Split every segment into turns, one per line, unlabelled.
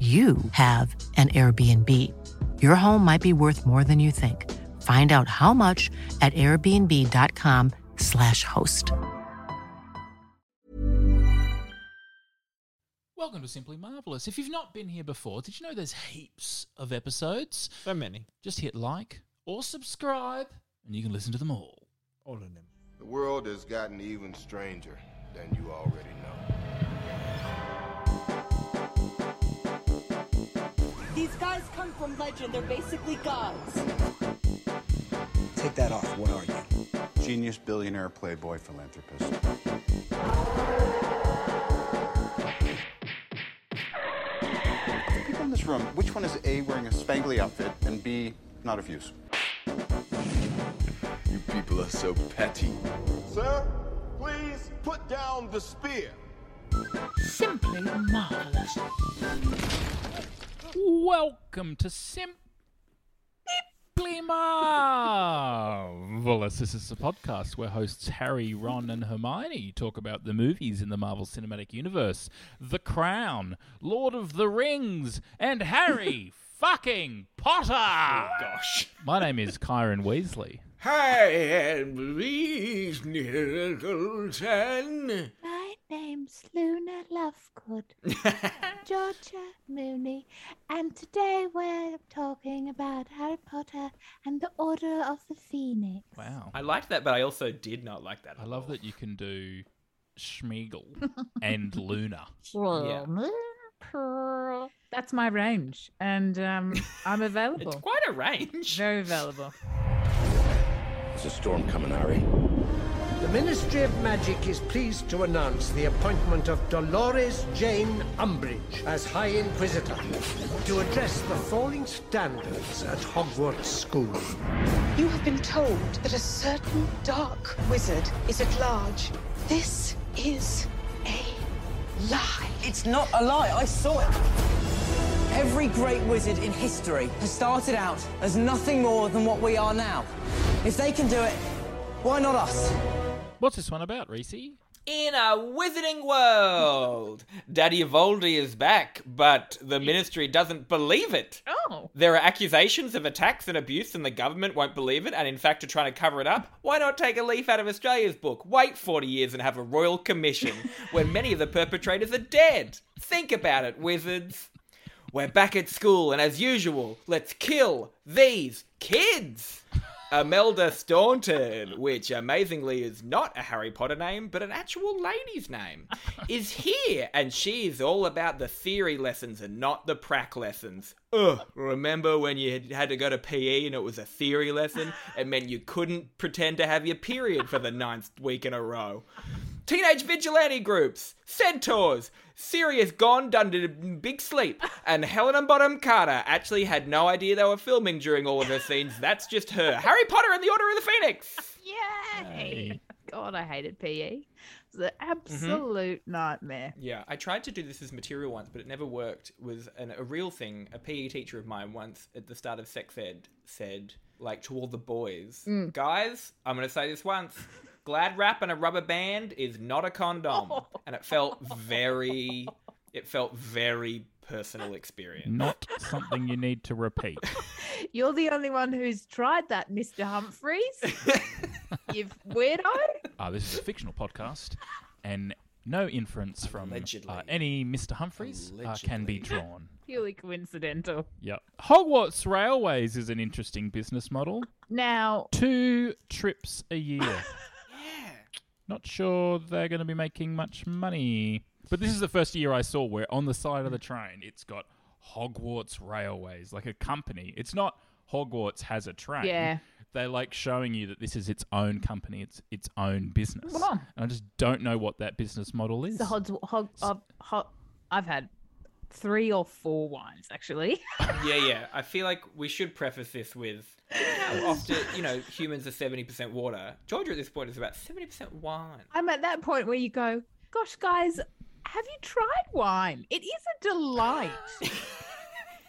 you have an Airbnb. Your home might be worth more than you think. Find out how much at airbnb.com/slash host.
Welcome to Simply Marvelous. If you've not been here before, did you know there's heaps of episodes?
So many.
Just hit like or subscribe, and you can listen to them all.
All of them.
The world has gotten even stranger than you already know.
These guys come from legend. They're basically gods.
Take that off. What are you?
Genius, billionaire, playboy, philanthropist. The people in this room, which one is A, wearing a spangly outfit, and B, not of use?
You people are so petty.
Sir, please put down the spear.
Simply Marvelous. Welcome to Simply Marvelous. This is a podcast where hosts Harry, Ron, and Hermione talk about the movies in the Marvel Cinematic Universe, The Crown, Lord of the Rings, and Harry fucking Potter.
Gosh.
My name is Kyron Weasley.
Hi, and these Nicholson.
My name's Luna Lovegood, Georgia Mooney, and today we're talking about Harry Potter and the Order of the Phoenix.
Wow.
I liked that, but I also did not like that.
I love that you can do Schmiegel and Luna.
Yeah.
That's my range, and um, I'm
It's
available.
quite a range.
Very available.
There's a storm coming, Harry.
The Ministry of Magic is pleased to announce the appointment of Dolores Jane Umbridge as High Inquisitor to address the falling standards at Hogwarts School.
You have been told that a certain dark wizard is at large. This is a lie.
It's not a lie, I saw it. Every great wizard in history has started out as nothing more than what we are now. If they can do it, why not us?
What's this one about, Reese?
In a wizarding world, Daddy Evoldi is back, but the ministry doesn't believe it.
Oh.
There are accusations of attacks and abuse, and the government won't believe it, and in fact are trying to cover it up. Why not take a leaf out of Australia's book, wait 40 years, and have a royal commission when many of the perpetrators are dead? Think about it, wizards. We're back at school, and as usual, let's kill these kids! Imelda Staunton, which um, amazingly is not a Harry Potter name, but an actual lady's name, is here, and she is all about the theory lessons and not the prac lessons. Ugh, remember when you had- had to go to PE and it was a theory lesson? It meant you couldn't pretend to have your period for the ninth week in a row. Teenage vigilante groups, centaurs, Sirius gone done to big sleep, and Helena Bottom Carter actually had no idea they were filming during all of her scenes. That's just her. Harry Potter and the Order of the Phoenix.
Yay! God, I hated PE.
It's E. an absolute nightmare.
Yeah, I tried to do this as material once, but it never worked. Was an, a real thing. A PE teacher of mine once at the start of sex ed said, like to all the boys,
Mm.
guys, I'm going to say this once. Glad wrap and a rubber band is not a condom, and it felt very, it felt very personal experience.
Not something you need to repeat.
You're the only one who's tried that, Mr. Humphreys. You've weirdo.
Uh, this is a fictional podcast, and no inference from uh, any Mr. Humphreys uh, can be drawn.
Purely coincidental.
Yep. Hogwarts Railways is an interesting business model.
Now,
Two trips a year. Not sure they're going to be making much money. But this is the first year I saw where on the side of the train it's got Hogwarts Railways, like a company. It's not Hogwarts has a train.
Yeah.
They're like showing you that this is its own company, it's its own business.
Well.
And I just don't know what that business model is.
the Hods, hog, uh, ho, I've had three or four wines actually.
yeah, yeah. I feel like we should preface this with how often, you know, humans are 70% water. Georgia at this point is about 70% wine.
I'm at that point where you go, gosh, guys, have you tried wine? It is a delight.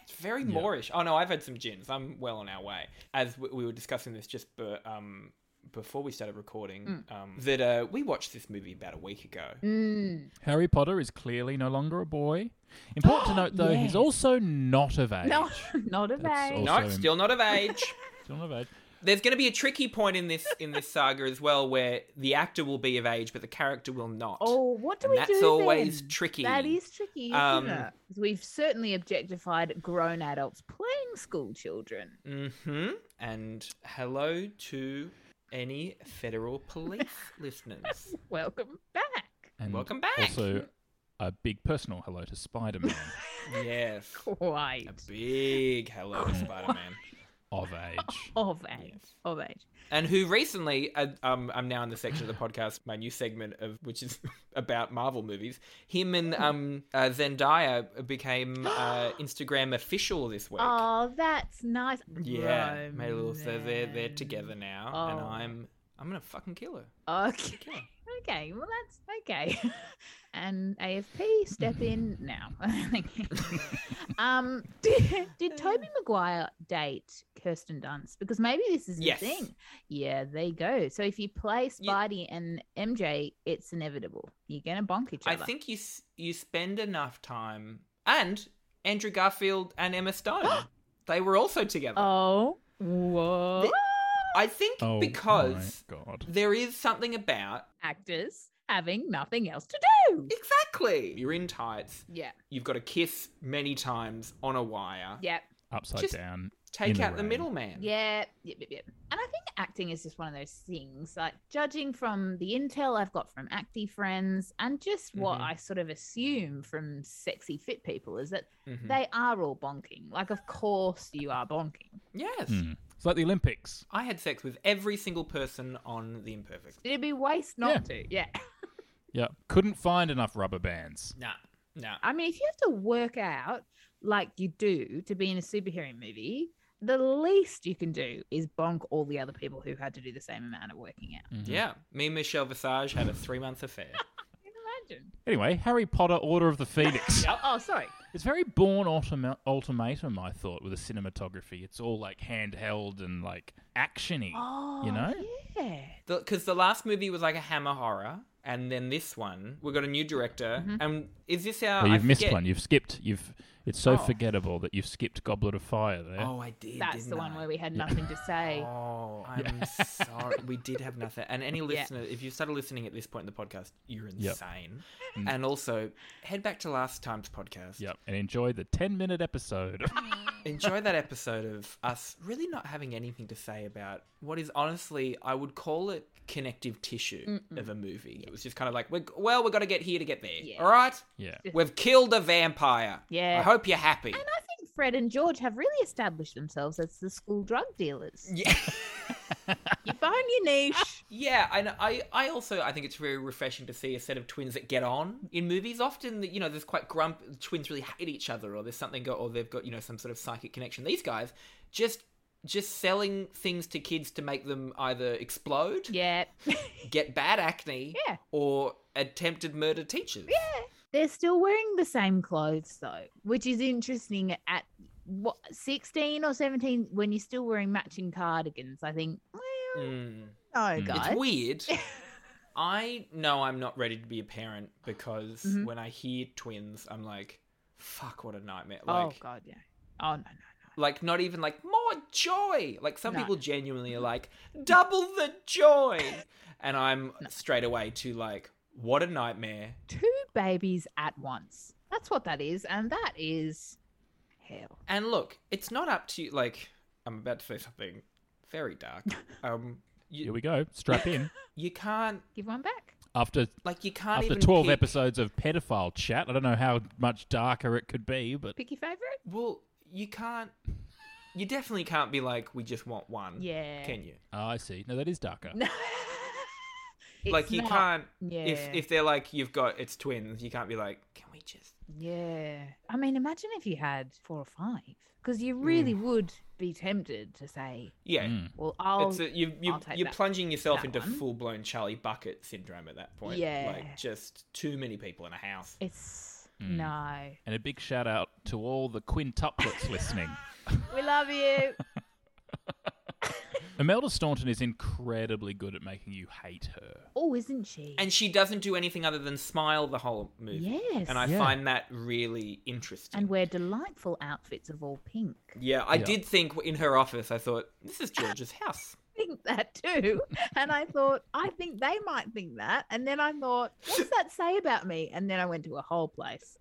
It's very Moorish. Oh, no, I've had some gins. I'm well on our way. As we, we were discussing this just be, um, before we started recording,
Mm.
um, that uh, we watched this movie about a week ago.
Harry Potter is clearly no longer a boy. Important to note, though,
Yes.
he's also not of age.
Not, not of age.
No, still not of age.
Still not of age.
There's going to be a tricky point in this in this saga as well, where the actor will be of age, but the character will not.
Oh, what do
And
we
that's
do?
always
then?
tricky.
That is tricky, isn't
Um,
it? 'Cause We've certainly objectified grown adults playing school children.
Mm-hmm. And hello to any federal police listeners.
Welcome back.
And
Welcome back.
Also, a big personal hello to Spider Man
Yes.
Quite.
A big hello to Spider Man.
of age.
Of age. Of age.
And who recently, uh, um, I'm now in the section of the podcast, my new segment of which is about Marvel movies. Him and um, uh, Zendaya became uh, Instagram official this week.
Oh, that's nice.
yeah,
Rome.
made a little. So they're they're together now, and
Oh.
I'm I'm gonna fucking kill her.
Okay. Okay. Well, that's okay. and AFP step in now. um, did, did Toby Maguire date Kirsten Dunst? Because maybe this is the
Yes.
thing. Yeah, there you go. So if you play Spidey and MJ, it's inevitable. You're gonna bonk each
I
other.
think you s- you spend enough time and Andrew Garfield and Emma Stone. they were also together.
Oh, whoa!
I think
Oh,
because
my God.
there is something about
Actors having nothing else to do.
exactly you're in tights.
Yeah.
You've got to kiss many times on a wire.
Yep.
Upside
Just
down. in
Take out the
rain.
middleman.
Yeah, yep, yep, yep. And I think acting is just one of those things. Like judging from the intel I've got from acty friends, and just what
Mhm.
I sort of assume from sexy fit people is that
Mhm.
they are all bonking. Like, of course you are bonking.
Yes.
Mm. It's like the Olympics.
I had sex with every single person on The Imperfect.
It'd be waste not to. Yeah.
Yeah. Couldn't find enough rubber bands.
Nah, nah.
I mean, if you have to work out like you do to be in a superhero movie, the least you can do is bonk all the other people who had to do the same amount of working out.
Yeah. Me and Michelle Visage had a three month affair.
Imagine.
Anyway, Harry Potter, Order of the Phoenix.
Oh, sorry.
It's very born ultima- ultimatum, I thought, with the cinematography. It's all like handheld and like actiony. you know?
Yeah.
Because the last movie was like a hammer horror. And then this one, we got a new director. And is this our?
Oh,
I
you've missed
forget.
one. You've skipped. You've. It's so
Oh.
forgettable that you've skipped Goblet of Fire there.
Oh, I did.
That's
didn't
the one
I?
where we had nothing to say.
Oh, I'm sorry. We did have nothing. And any listener, if you started listening at this point in the podcast, you're
Yep. Mm.
insane. And also, head back to last time's podcast.
Yep. And enjoy the ten-minute episode.
Enjoy that episode of us really not having anything to say about what is honestly, I would call it connective tissue of a movie. It was just kind of like, we're, well, we've got to get here to get there. All right?
Yeah.
We've killed a vampire.
Yeah.
I hope you're happy.
And I think Fred and George have really established themselves as the school drug dealers.
Yeah.
you found your niche.
Yeah, and I, I also I think it's very refreshing to see a set of twins that get on in movies. Often, you know, there's quite grump twins really hate each other, or there's something, go, or they've got you know some sort of psychic connection. These guys just just selling things to kids to make them either explode,
Yeah.
get bad acne,
Yeah.
or attempted murder teachers.
They're still wearing the same clothes though, which is interesting at what 16 or 17 when you're still wearing matching cardigans. I think, well,
Mm.
no,
Mm.
guys.
It's weird. I know I'm not ready to be a parent because
Mhm.
when I hear twins, I'm like, fuck, what a nightmare.
oh,
Like,
God, yeah. Oh, no, no.
like not even like more joy. Like some
No.
people genuinely are like, double the joy. and I'm straight away to like, what a nightmare.
Two babies at once. That's what that is. And that is hell.
And look, it's not up to you. Like, I'm about to say something very dark. Um, you,
Here we go. Strap in.
You can't
give one back.
After
Like you can't
after
even
12
pick-
episodes of pedophile chat, I don't know how much darker it could be, but
Pick your favorite.
Well, you can't. You definitely can't be like, we just want one.
Yeah.
Can you?
Oh, I see. No, that is darker.
like
It's
you
not-
can't.
Yeah.
If if they're like you've got it's twins, you can't be like, can we just?
Yeah. I mean, imagine if you had four or five, because you really would be tempted to say,
Yeah.
well, I'll.
it's a, you, you,
I'll take
you're
that-
plunging yourself
that
into
one.
full blown Charlie Bucket syndrome at that point.
Yeah.
Like just too many people in a house.
It's.
Mm.
No.
And a big shout out to all the quintuplets listening.
We love you.
Imelda Staunton is incredibly good at making you hate her.
oh, isn't she?
And she doesn't do anything other than smile the whole movie.
Yes.
And I
Yeah.
find that really interesting.
And wear delightful outfits of all pink.
yeah, I
Yeah.
did think in her office, I thought, this is George's house.
think that too. And I thought, I think they might think that. And then I thought, what's that say about me? And then I went to a whole place.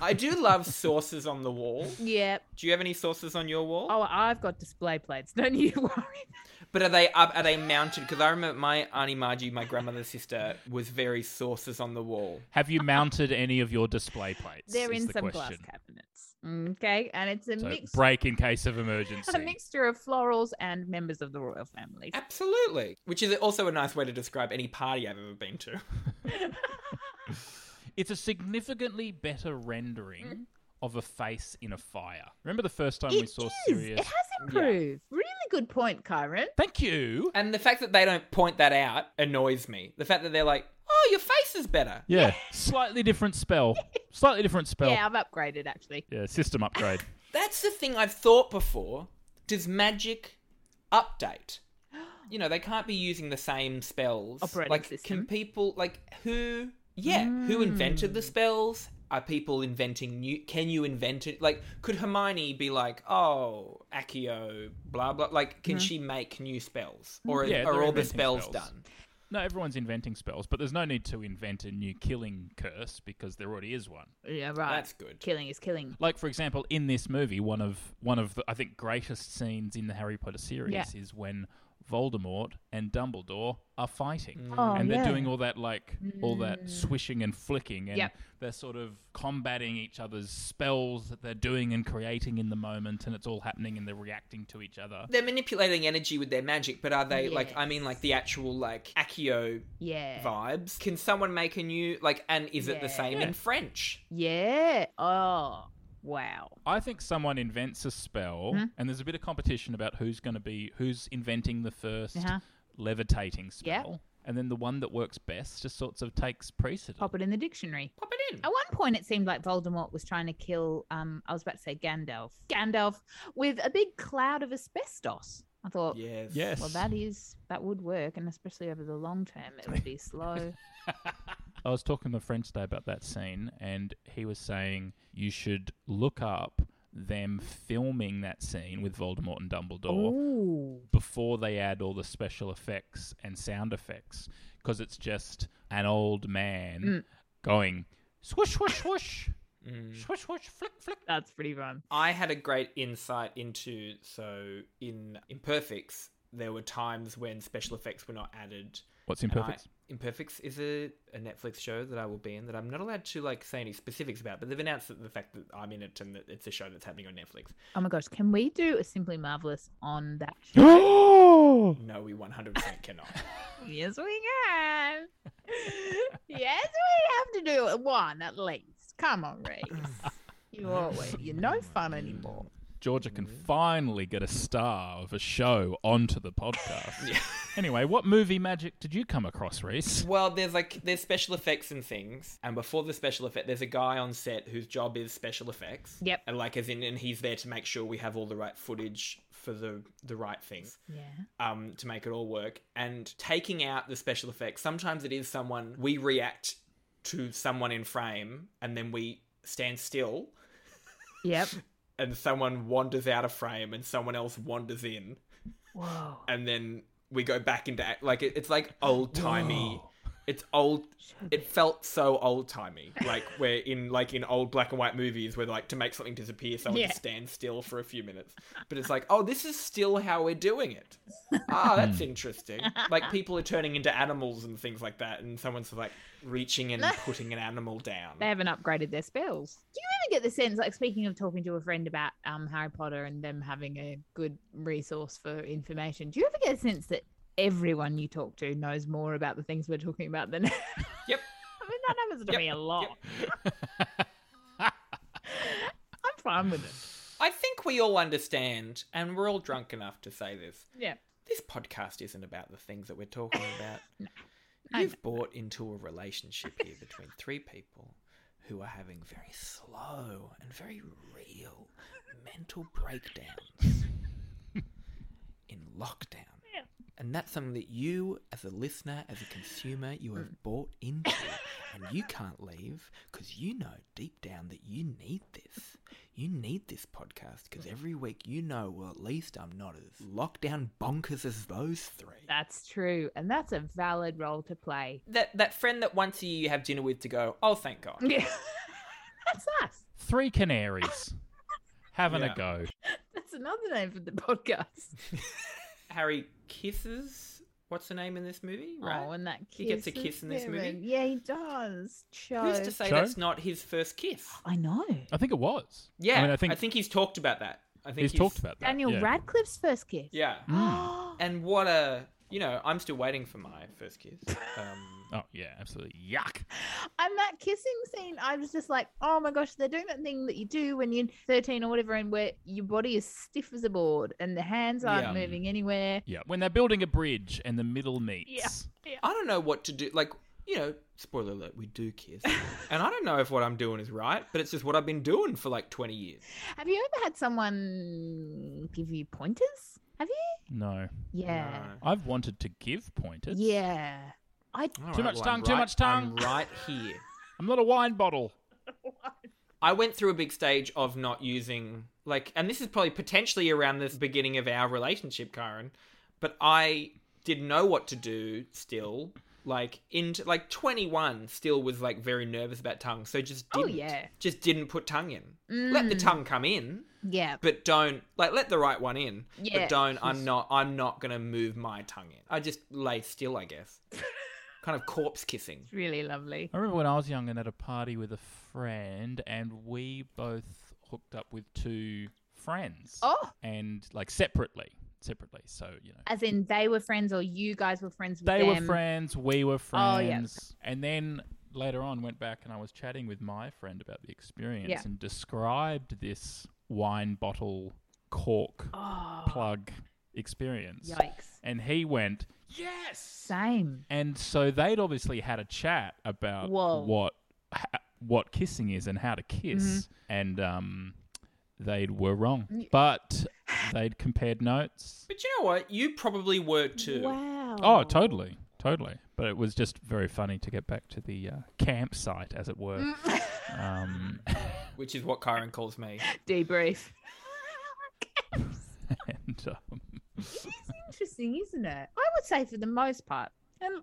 I do love sources on the wall.
Yep.
Do you have any sources on your wall?
Oh, I've got display plates. Don't you worry.
But are they up? Are they mounted? Because I remember my auntie Margie, my grandmother's sister, was very sources on the wall.
Have you mounted any of your display plates?
They're
is
in
the
some glass
question.
cabinets. Okay. And it's a,
So
mix-
break in case of
a
emergency.
mixture of florals and members of the royal family.
Absolutely. Which is also a nice way to describe any party I've ever been to.
It's a significantly better rendering of a face in a fire. Remember the first time we
Mm. It
saw
is.
Sirius?
It has improved. Really good point, Kyron.
Thank you.
Uh,
And the fact that they don't point that out annoys me. The fact that they're like, "Oh, your face is better."
Yeah. Slightly different spell. Slightly different spell.
Yeah, I've upgraded actually.
Yeah, uh, system upgrade.
That's the thing I've thought before. Does magic update? You know, they can't be using the same spells.
Operating
like,
system. Hmm.
can people like who? Yeah, who invented the spells? Are people inventing new? Can you invent it? Like, could Hermione be like, oh, Accio, blah blah? Like,
Mm-hmm.
can she make new spells, or
Yeah,
are
they're
all the
inventing
spells,
spells.
done?
no, everyone's inventing spells, but there's no need to invent a new killing curse because there already is one.
Yeah, right.
That's good.
Killing is killing.
Like for example, in this movie, one of one of the, I think greatest scenes in the Harry Potter series
Yeah.
is when Voldemort and Dumbledore are fighting,
Mm.
Oh,
and they're
yeah.
doing all that like all that swishing and flicking, and
Yep.
they're sort of combating each other's spells that they're doing and creating in the moment, and it's all happening, and they're reacting to each other.
They're manipulating energy with their magic, but are they like? I mean, like the actual like Accio
Yeah.
vibes. Can someone make a new like? And is it the
Yeah.
same
Yeah.
in French?
Yeah. Oh, wow.
I think someone invents a spell,
Mm-hmm.
and there's a bit of competition about who's going to be who's inventing the 1st
Uh-huh.
levitating
Yeah.
spell, and then the one that works best just sorts of takes precedence.
Pop it in the dictionary.
Pop it in.
At one point, it seemed like Voldemort was trying to kill, um, I was about to say Gandalf, Gandalf with a big cloud of asbestos. I thought,
Yes.
Yes.
well, that is, that would work. And especially over the long term, it would be slow.
I was talking to a friend today about that scene, and he was saying you should look up them filming that scene with Voldemort and Dumbledore
Ooh.
before they add all the special effects and sound effects, because it's just an old man
Mm.
going swish, swish, swish, swish, swish, flick, flick.
That's pretty fun.
I had a great insight into so in Imperfects there were times when special effects were not added.
What's
and I-
imperfect?
Imperfects is a, a Netflix show that I will be in that I'm not allowed to like say any specifics about, but they've announced that the fact that I'm in it and that it's a show that's happening on Netflix.
Oh my gosh. Can we do a Simply Marvelous on that show?
No, we 100% cannot.
yes, we can. yes, we have to do it. One at least. Come on, Reese. You always, you're no fun anymore.
Georgia can finally get a star of a show onto the podcast. Anyway, what movie magic did you come across, Reese?
Well, there's like there's special effects and things, and before the special effect, there's a guy on set whose job is special effects.
Yep.
And like as in, and he's there to make sure we have all the right footage for the the right things.
Yeah.
Um, to make it all work and taking out the special effects. Sometimes it is someone we react to someone in frame, and then we stand still,
Yep.
and someone wanders out of frame, and someone else wanders in.
Whoa.
and then we go back into act like it, it's like old timey. It's old. It felt so old timey, like we're in like in old black and white movies where like to make something disappear, someone
Yeah.
just stands still for a few minutes. But it's like, oh, this is still how we're doing it. Ah, that's interesting. Like people are turning into animals and things like that, and someone's like reaching and putting an animal down.
They haven't upgraded their spells. Do you ever get the sense, like speaking of talking to a friend about um, Harry Potter and them having a good resource for information, do you ever get a sense that everyone you talk to knows more about the things we're talking about than Yep. I mean that happens to me a lot. I'm fine with it.
I think we all understand, and we're all drunk enough to say this.
Yeah.
this podcast isn't about the things that we're talking about.
I
You've bought into a relationship here between three people who are having very slow and very real mental breakdowns in lockdown. And that's something that you, as a listener, as a consumer, you have bought into. and you can't leave because you know deep down that you need this. You need this podcast because every week you know, well, at least I'm not as lockdown bonkers as those three.
That's true. And that's a valid role to play.
That, that friend that once a year you have dinner with to go, oh, thank God.
Yeah. that's us.
Three canaries having
Yeah.
a go.
That's another name for the podcast.
Harry kisses. What's the name in this movie? Right?
Oh, and that kiss
He gets a
is
kiss in this movie?
searing. Yeah, he does.
Who's
Cho.
to say
Cho?
that's not his first kiss?
I know.
I think it was.
Yeah,
I mean, I think,
he's talked about that. I think
he's, talked about that.
Daniel
yeah.
Radcliffe's first kiss.
Yeah, and what a you know, I'm still waiting for my first kiss. Um,
Oh yeah, absolutely. Yuck.
And that kissing scene, I was just like, oh my gosh, they're doing that thing that you do when you're 13 or whatever, and where your body is stiff as a board and the hands aren't
Yeah.
moving anywhere.
Yeah, when they're building a bridge and the middle meets.
I don't know what to do. Like you know, spoiler alert, we do kiss, and I don't know if what I'm doing is right, but it's just what I've been doing for like 20 years.
Have you ever had someone give you pointers? Have you?
No,
Yeah.
I've wanted to give pointers.
Yeah. I
All
Too much
well,
tongue,
I'm
too
right-
much tongue.
I'm right here.
I'm not a wine bottle.
I went through a big stage of not using like, and this is probably potentially around the beginning of our relationship, Karen. But I didn't know what to do. Still, like into like twenty one, still was like very nervous about tongue. So just
Oh,
didn't,
yeah. Mm.
just didn't put tongue in. Let the tongue come in,
yeah.
but don't like let the right one in.
Yeah.
But don't. I'm not. I'm not gonna move my tongue in. I just lay still. I guess. kind of corpse kissing.
It's really lovely.
I remember when I was young and at a party with a friend, and we both hooked up with two friends.
Oh.
and like separately, separately. So you know,
As in, they were friends, or you guys were friends with
they
them.
were friends, we were
Oh,
friends,
yeah.
and then later on went back and I was chatting with my friend about the experience
Yeah.
and described this wine bottle cork plug experience.
Oh. Yikes.
And he went,
Same.
and so they'd obviously had a chat about
Whoa.
what ha- what kissing is and how to kiss,
Mm-hmm.
and um, they were wrong, but they'd compared notes.
But you know what? You probably were too.
Wow.
Oh, totally, totally. But it was just very funny to get back to the uh, campsite, as it were.
Mm.
um,
Which is what Kyron calls me.
Debrief.
and um,
interesting, isn't it? I would say for the most part, and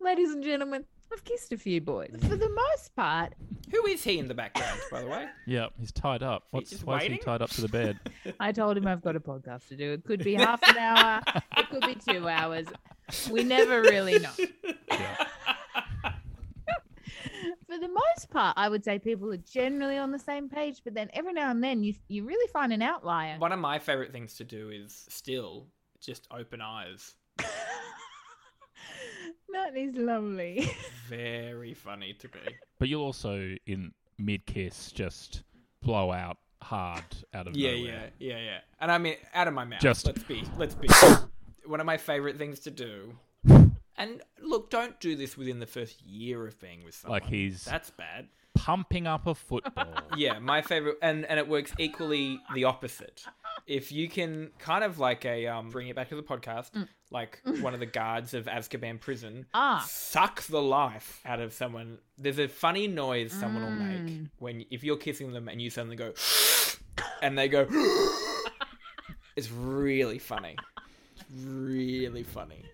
ladies and gentlemen, I've kissed a few boys. For the most part,
Who is he in the background, by the way?
yeah, he's tied up. What's
just
why is he
waiting?
tied up to the bed?
I told him I've got a podcast to do. It could be half an hour, it could be two hours. We never really know. For the most part, I would say people are generally on the same page, but then every now and then you you really find an outlier.
One of my favorite things to do is still just open eyes.
That is lovely.
Very funny to be.
But you'll also in mid kiss just blow out hard out of
Yeah,
nowhere.
yeah, yeah, yeah. And I mean, out of my mouth.
Just-
let's be, let's be. one of my favorite things to do. And look, don't do this within the first year of being with someone.
Like he's-
that's bad.
Pumping up a football.
Yeah, my favorite, and and it works equally the opposite. If you can kind of like a um, bring it back to the podcast, like one of the guards of Azkaban prison,
Mm. Ah.
suck the life out of someone. There's a funny noise someone will make
Mm.
when if you're kissing them and you suddenly go, and they go, it's really funny, It's really funny.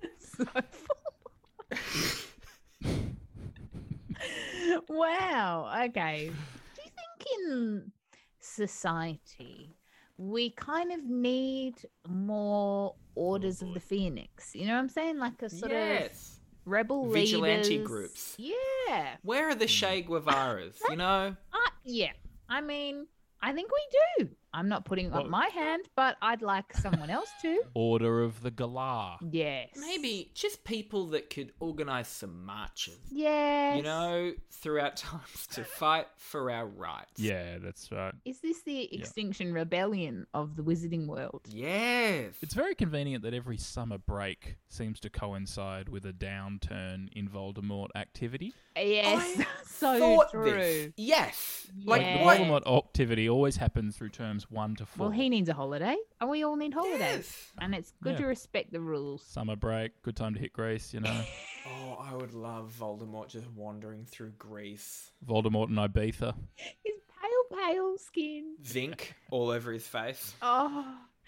wow. Okay. Do you think in society we kind of need more orders of the phoenix? You know what I'm saying? Like a sort
Yes.
of rebel
Vigilante
leaders.
groups.
Yeah.
Where are the Che Guevaras? You know,
Uh, yeah. I mean, I think we do. I'm not putting up
Well-
my hand, but I'd like someone else to.
Order of the Galah.
Yes.
maybe just people that could organize some marches.
Yes.
you know, throughout times to fight for our rights.
Yeah, that's right.
Is this the extinction rebellion of the wizarding world?
Yes.
It's very convenient that every summer break seems to coincide with a downturn in Voldemort activity.
Yes. so
Thought
true.
this. Yes. Like
Like the
what?
Voldemort activity always happens through terms one to four.
Well, he needs a holiday, and we all need holidays.
Yes.
And it's good
Yeah.
to respect the rules.
Summer break, good time to hit Greece, you know.
Oh, I would love Voldemort just wandering through Greece.
Voldemort and Ibiza.
His pale, pale skin.
Zinc all over his face.
Oh. I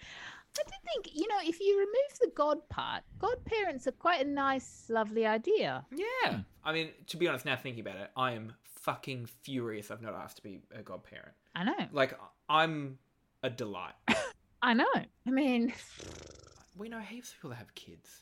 do think, you know, if you remove the god part, godparents are quite a nice, lovely idea.
Yeah. I mean, to be honest, now thinking about it, I am fucking furious I've not asked to be a godparent.
I know.
Like, I'm a delight.
I know. I mean,
we know heaps of people that have kids.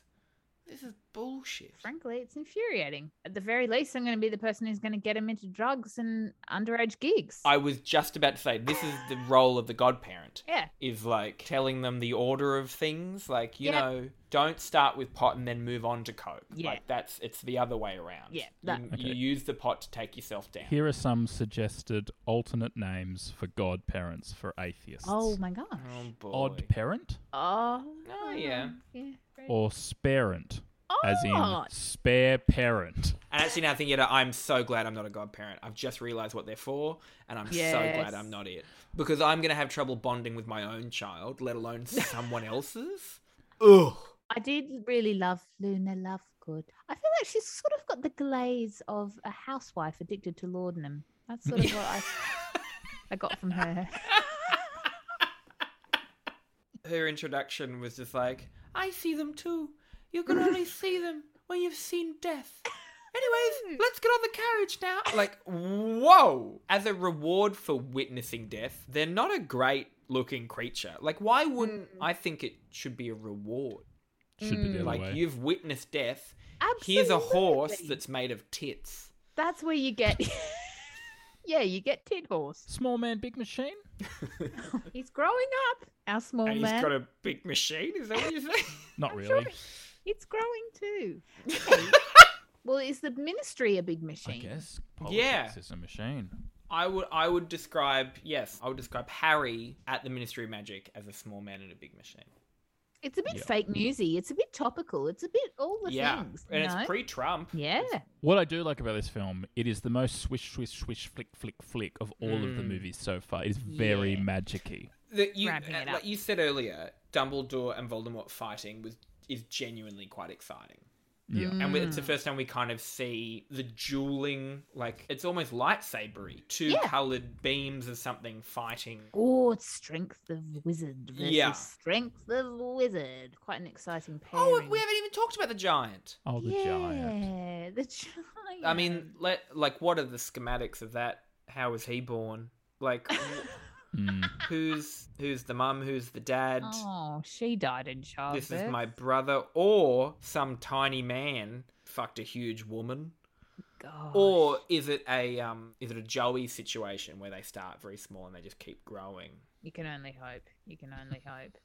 This is bullshit.
frankly, it's infuriating. At the very least, I'm going to be the person who's going to get him into drugs and underage gigs.
I was just about to say this is the role of the godparent.
Yeah.
Is like telling them the order of things. Like, you
Yeah.
know, don't start with pot and then move on to coke.
Yeah.
Like that's it's the other way around.
Yeah,
You-
that-
You,
Okay.
use the pot to take yourself down.
Here are some suggested alternate names for godparents for atheists.
Oh my gosh.
Oh boy.
Odd parent
Oh.
Oh, yeah.
Yeah. great.
or sparent, as in
Oh.
spare parent.
And actually now thinking about it, I'm so glad I'm not a godparent. I've just realized what they're for and I'm so glad
Yes.
I'm not it. Because I'm gonna have trouble bonding with my own child, let alone someone else's. Ugh.
I did really love Luna Lovegood. I feel like she's sort of got the glaze of a housewife addicted to laudanum. That's sort of what I, I got from her.
her introduction was just like, I see them too. You can only see them when you've seen death. Anyways, let's get on the carriage now. Like, whoa! As a reward for witnessing death, they're not a great looking creature. Like, why wouldn't
Mm.
I think it should be a reward?
Should be the other
Like,
way.
you've witnessed death. Here's a horse
Absolutely.
that's made of tits.
That's where you get. yeah, you get tit horse.
Small man, big machine.
He's growing up. Our small
and
man.
he's got a big machine, is that what you say?
Not
I'm
really.
sure It's growing too. well, is the ministry a big
I
machine?
guess politics
Yeah.
is a machine.
I would I would describe yes, I would describe Harry at the Ministry of Magic as a small man in a big machine.
It's a bit
Yeah.
fake newsy. It's a bit topical. It's a bit all the
yeah.
things. you
And
know?
it's pre Trump.
Yeah.
What I do like about this film, it is the most swish, swish, swish, flick, flick, flick of all of the
Mm.
movies so far. It's very
Yeah.
magic-y.
That you
Wrapping it
uh,
up.
like you said earlier, Dumbledore and Voldemort fighting was is genuinely quite exciting.
Yeah.
And we, it's the first time we kind of see the dueling, like it's almost lightsabery, two
Yeah.
coloured beams of something fighting.
Oh, it's strength of wizard versus
Yeah.
strength of wizard. Quite an exciting pair.
Oh, we haven't even talked about the giant.
Oh, the
yeah,
giant.
the giant.
I mean, let, like what are the schematics of that? How was he born? Like,
Mm.
who's who's the mum? Who's the dad?
oh, she died in childbirth.
this is my brother, or some tiny man fucked a huge woman,
God.
or is it a um is it a Joey situation where they start very small and they just keep growing?
you can only hope. You can only hope.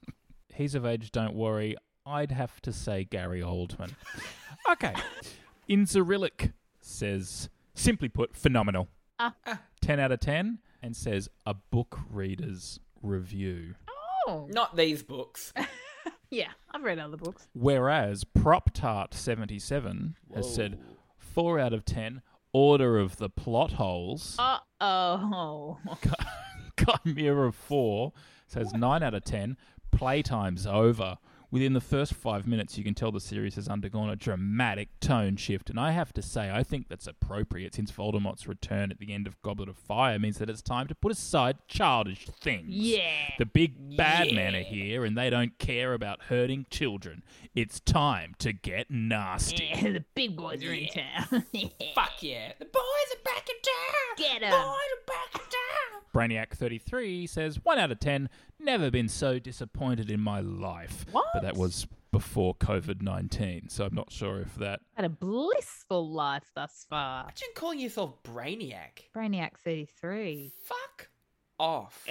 He's of age, don't worry. I'd have to say Gary Oldman. okay. In Cyrillic says, simply put, phenomenal.
Ah.
10 out of 10, and says, a book reader's review.
Oh,
Not these books.
Yeah, I've read other books.
Whereas Prop Tart 77 has said 4 out of 10, Order of the Plot Holes.
Uh oh.
Chimera 4 says 9 out of 10, Playtime's over. Within the first five minutes, you can tell the series has undergone a dramatic tone shift, and I have to say, I think that's appropriate since Voldemort's return at the end of Goblet of Fire means that it's time to put aside childish things.
Yeah.
The big bad men are here, and they don't care about hurting children. It's time to get nasty.
Yeah, the big boys are in town.
Fuck yeah. The boys are back in town.
Get 'em.
Boys are back in town.
Brainiac33 says, 1 out of 10, never been so disappointed in my life. But that was before COVID 19, so I'm not sure if that.
Had a blissful life thus far.
Imagine calling yourself Brainiac.
Brainiac 33.
Fuck off.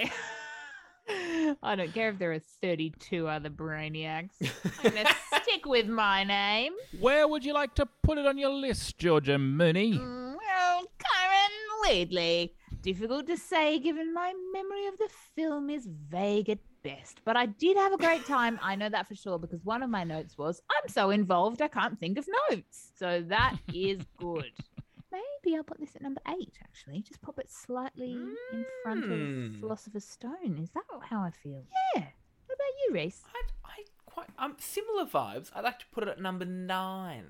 I don't care if there are 32 other Brainiacs. I'm going to stick with my name.
Where would you like to put it on your list, Georgia Mooney?
Well, Karen Laidley. Difficult to say given my memory of the film is vague at best, but I did have a great time. I know that for sure because one of my notes was, I'm so involved I can't think of notes. So that is good. Maybe I'll put this at number eight, actually. Just pop it slightly in front
Mm.
of Philosopher's Stone. Is that how I feel? Yeah. What about you, Reese?
I quite um similar vibes. I'd like to put it at number nine.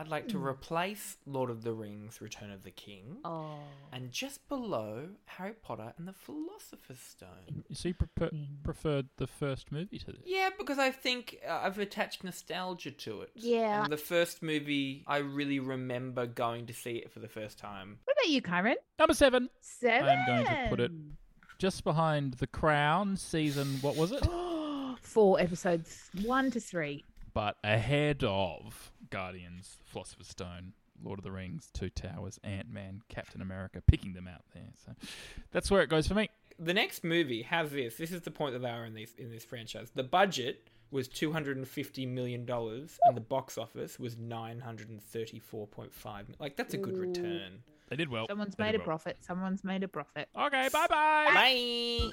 I'd like to
Mm.
replace Lord of the Rings: Return of the King,
Oh.
and just below Harry Potter and the Philosopher's Stone.
So you prefer- preferred the first movie to this?
Yeah, because I think uh, I've attached nostalgia to it.
Yeah.
And the first movie, I really remember going to see it for the first time.
What about you, Kyron?
Number seven.
Seven.
I'm going to put it just behind The Crown, season, what was it?
Four episodes, one to three.
but ahead of Guardians, Philosopher's Stone, Lord of the Rings, Two Towers, Ant Man, Captain America, picking them out there. So that's where it goes for me.
The next movie has this. This is the point that they are in this in this franchise. The budget was two hundred and fifty million dollars, and the box office was nine hundred and thirty-four point five. Like that's a good
Ooh.
return.
They did well.
Someone's
They
made
did
a
well.
profit. Someone's made a profit.
Okay, bye bye.
Bye.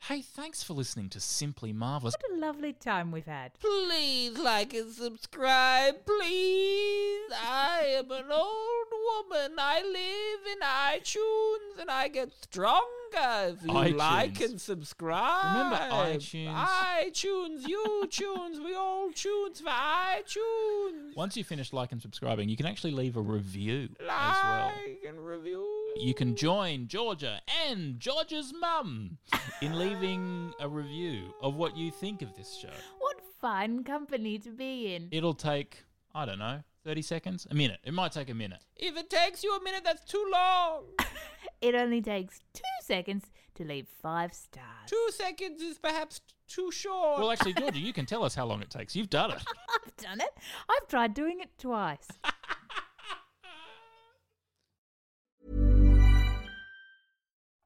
Hey, thanks for listening to Simply Marvelous.
What a lovely time we've had.
Please like and subscribe, please. I am an old woman. I live in iTunes and I get stronger if you
iTunes.
like Ah, and subscribe.
Remember iTunes.
iTunes, YouTunes, we all tunes for iTunes.
Once you finish liking and subscribing, you can actually leave a review as well.
Like and review.
You can join Georgia and Georgia's mum in leaving a review of what you think of this show.
What fun company to be in.
It'll take, I don't know, 30 seconds? A minute. It might take a minute.
If it takes you a minute, that's too long.
It only takes two seconds to leave five stars.
Two seconds is perhaps too short.
Well, actually, Georgia, you can tell us how long it takes. You've done it.
I've done it. I've tried doing it twice.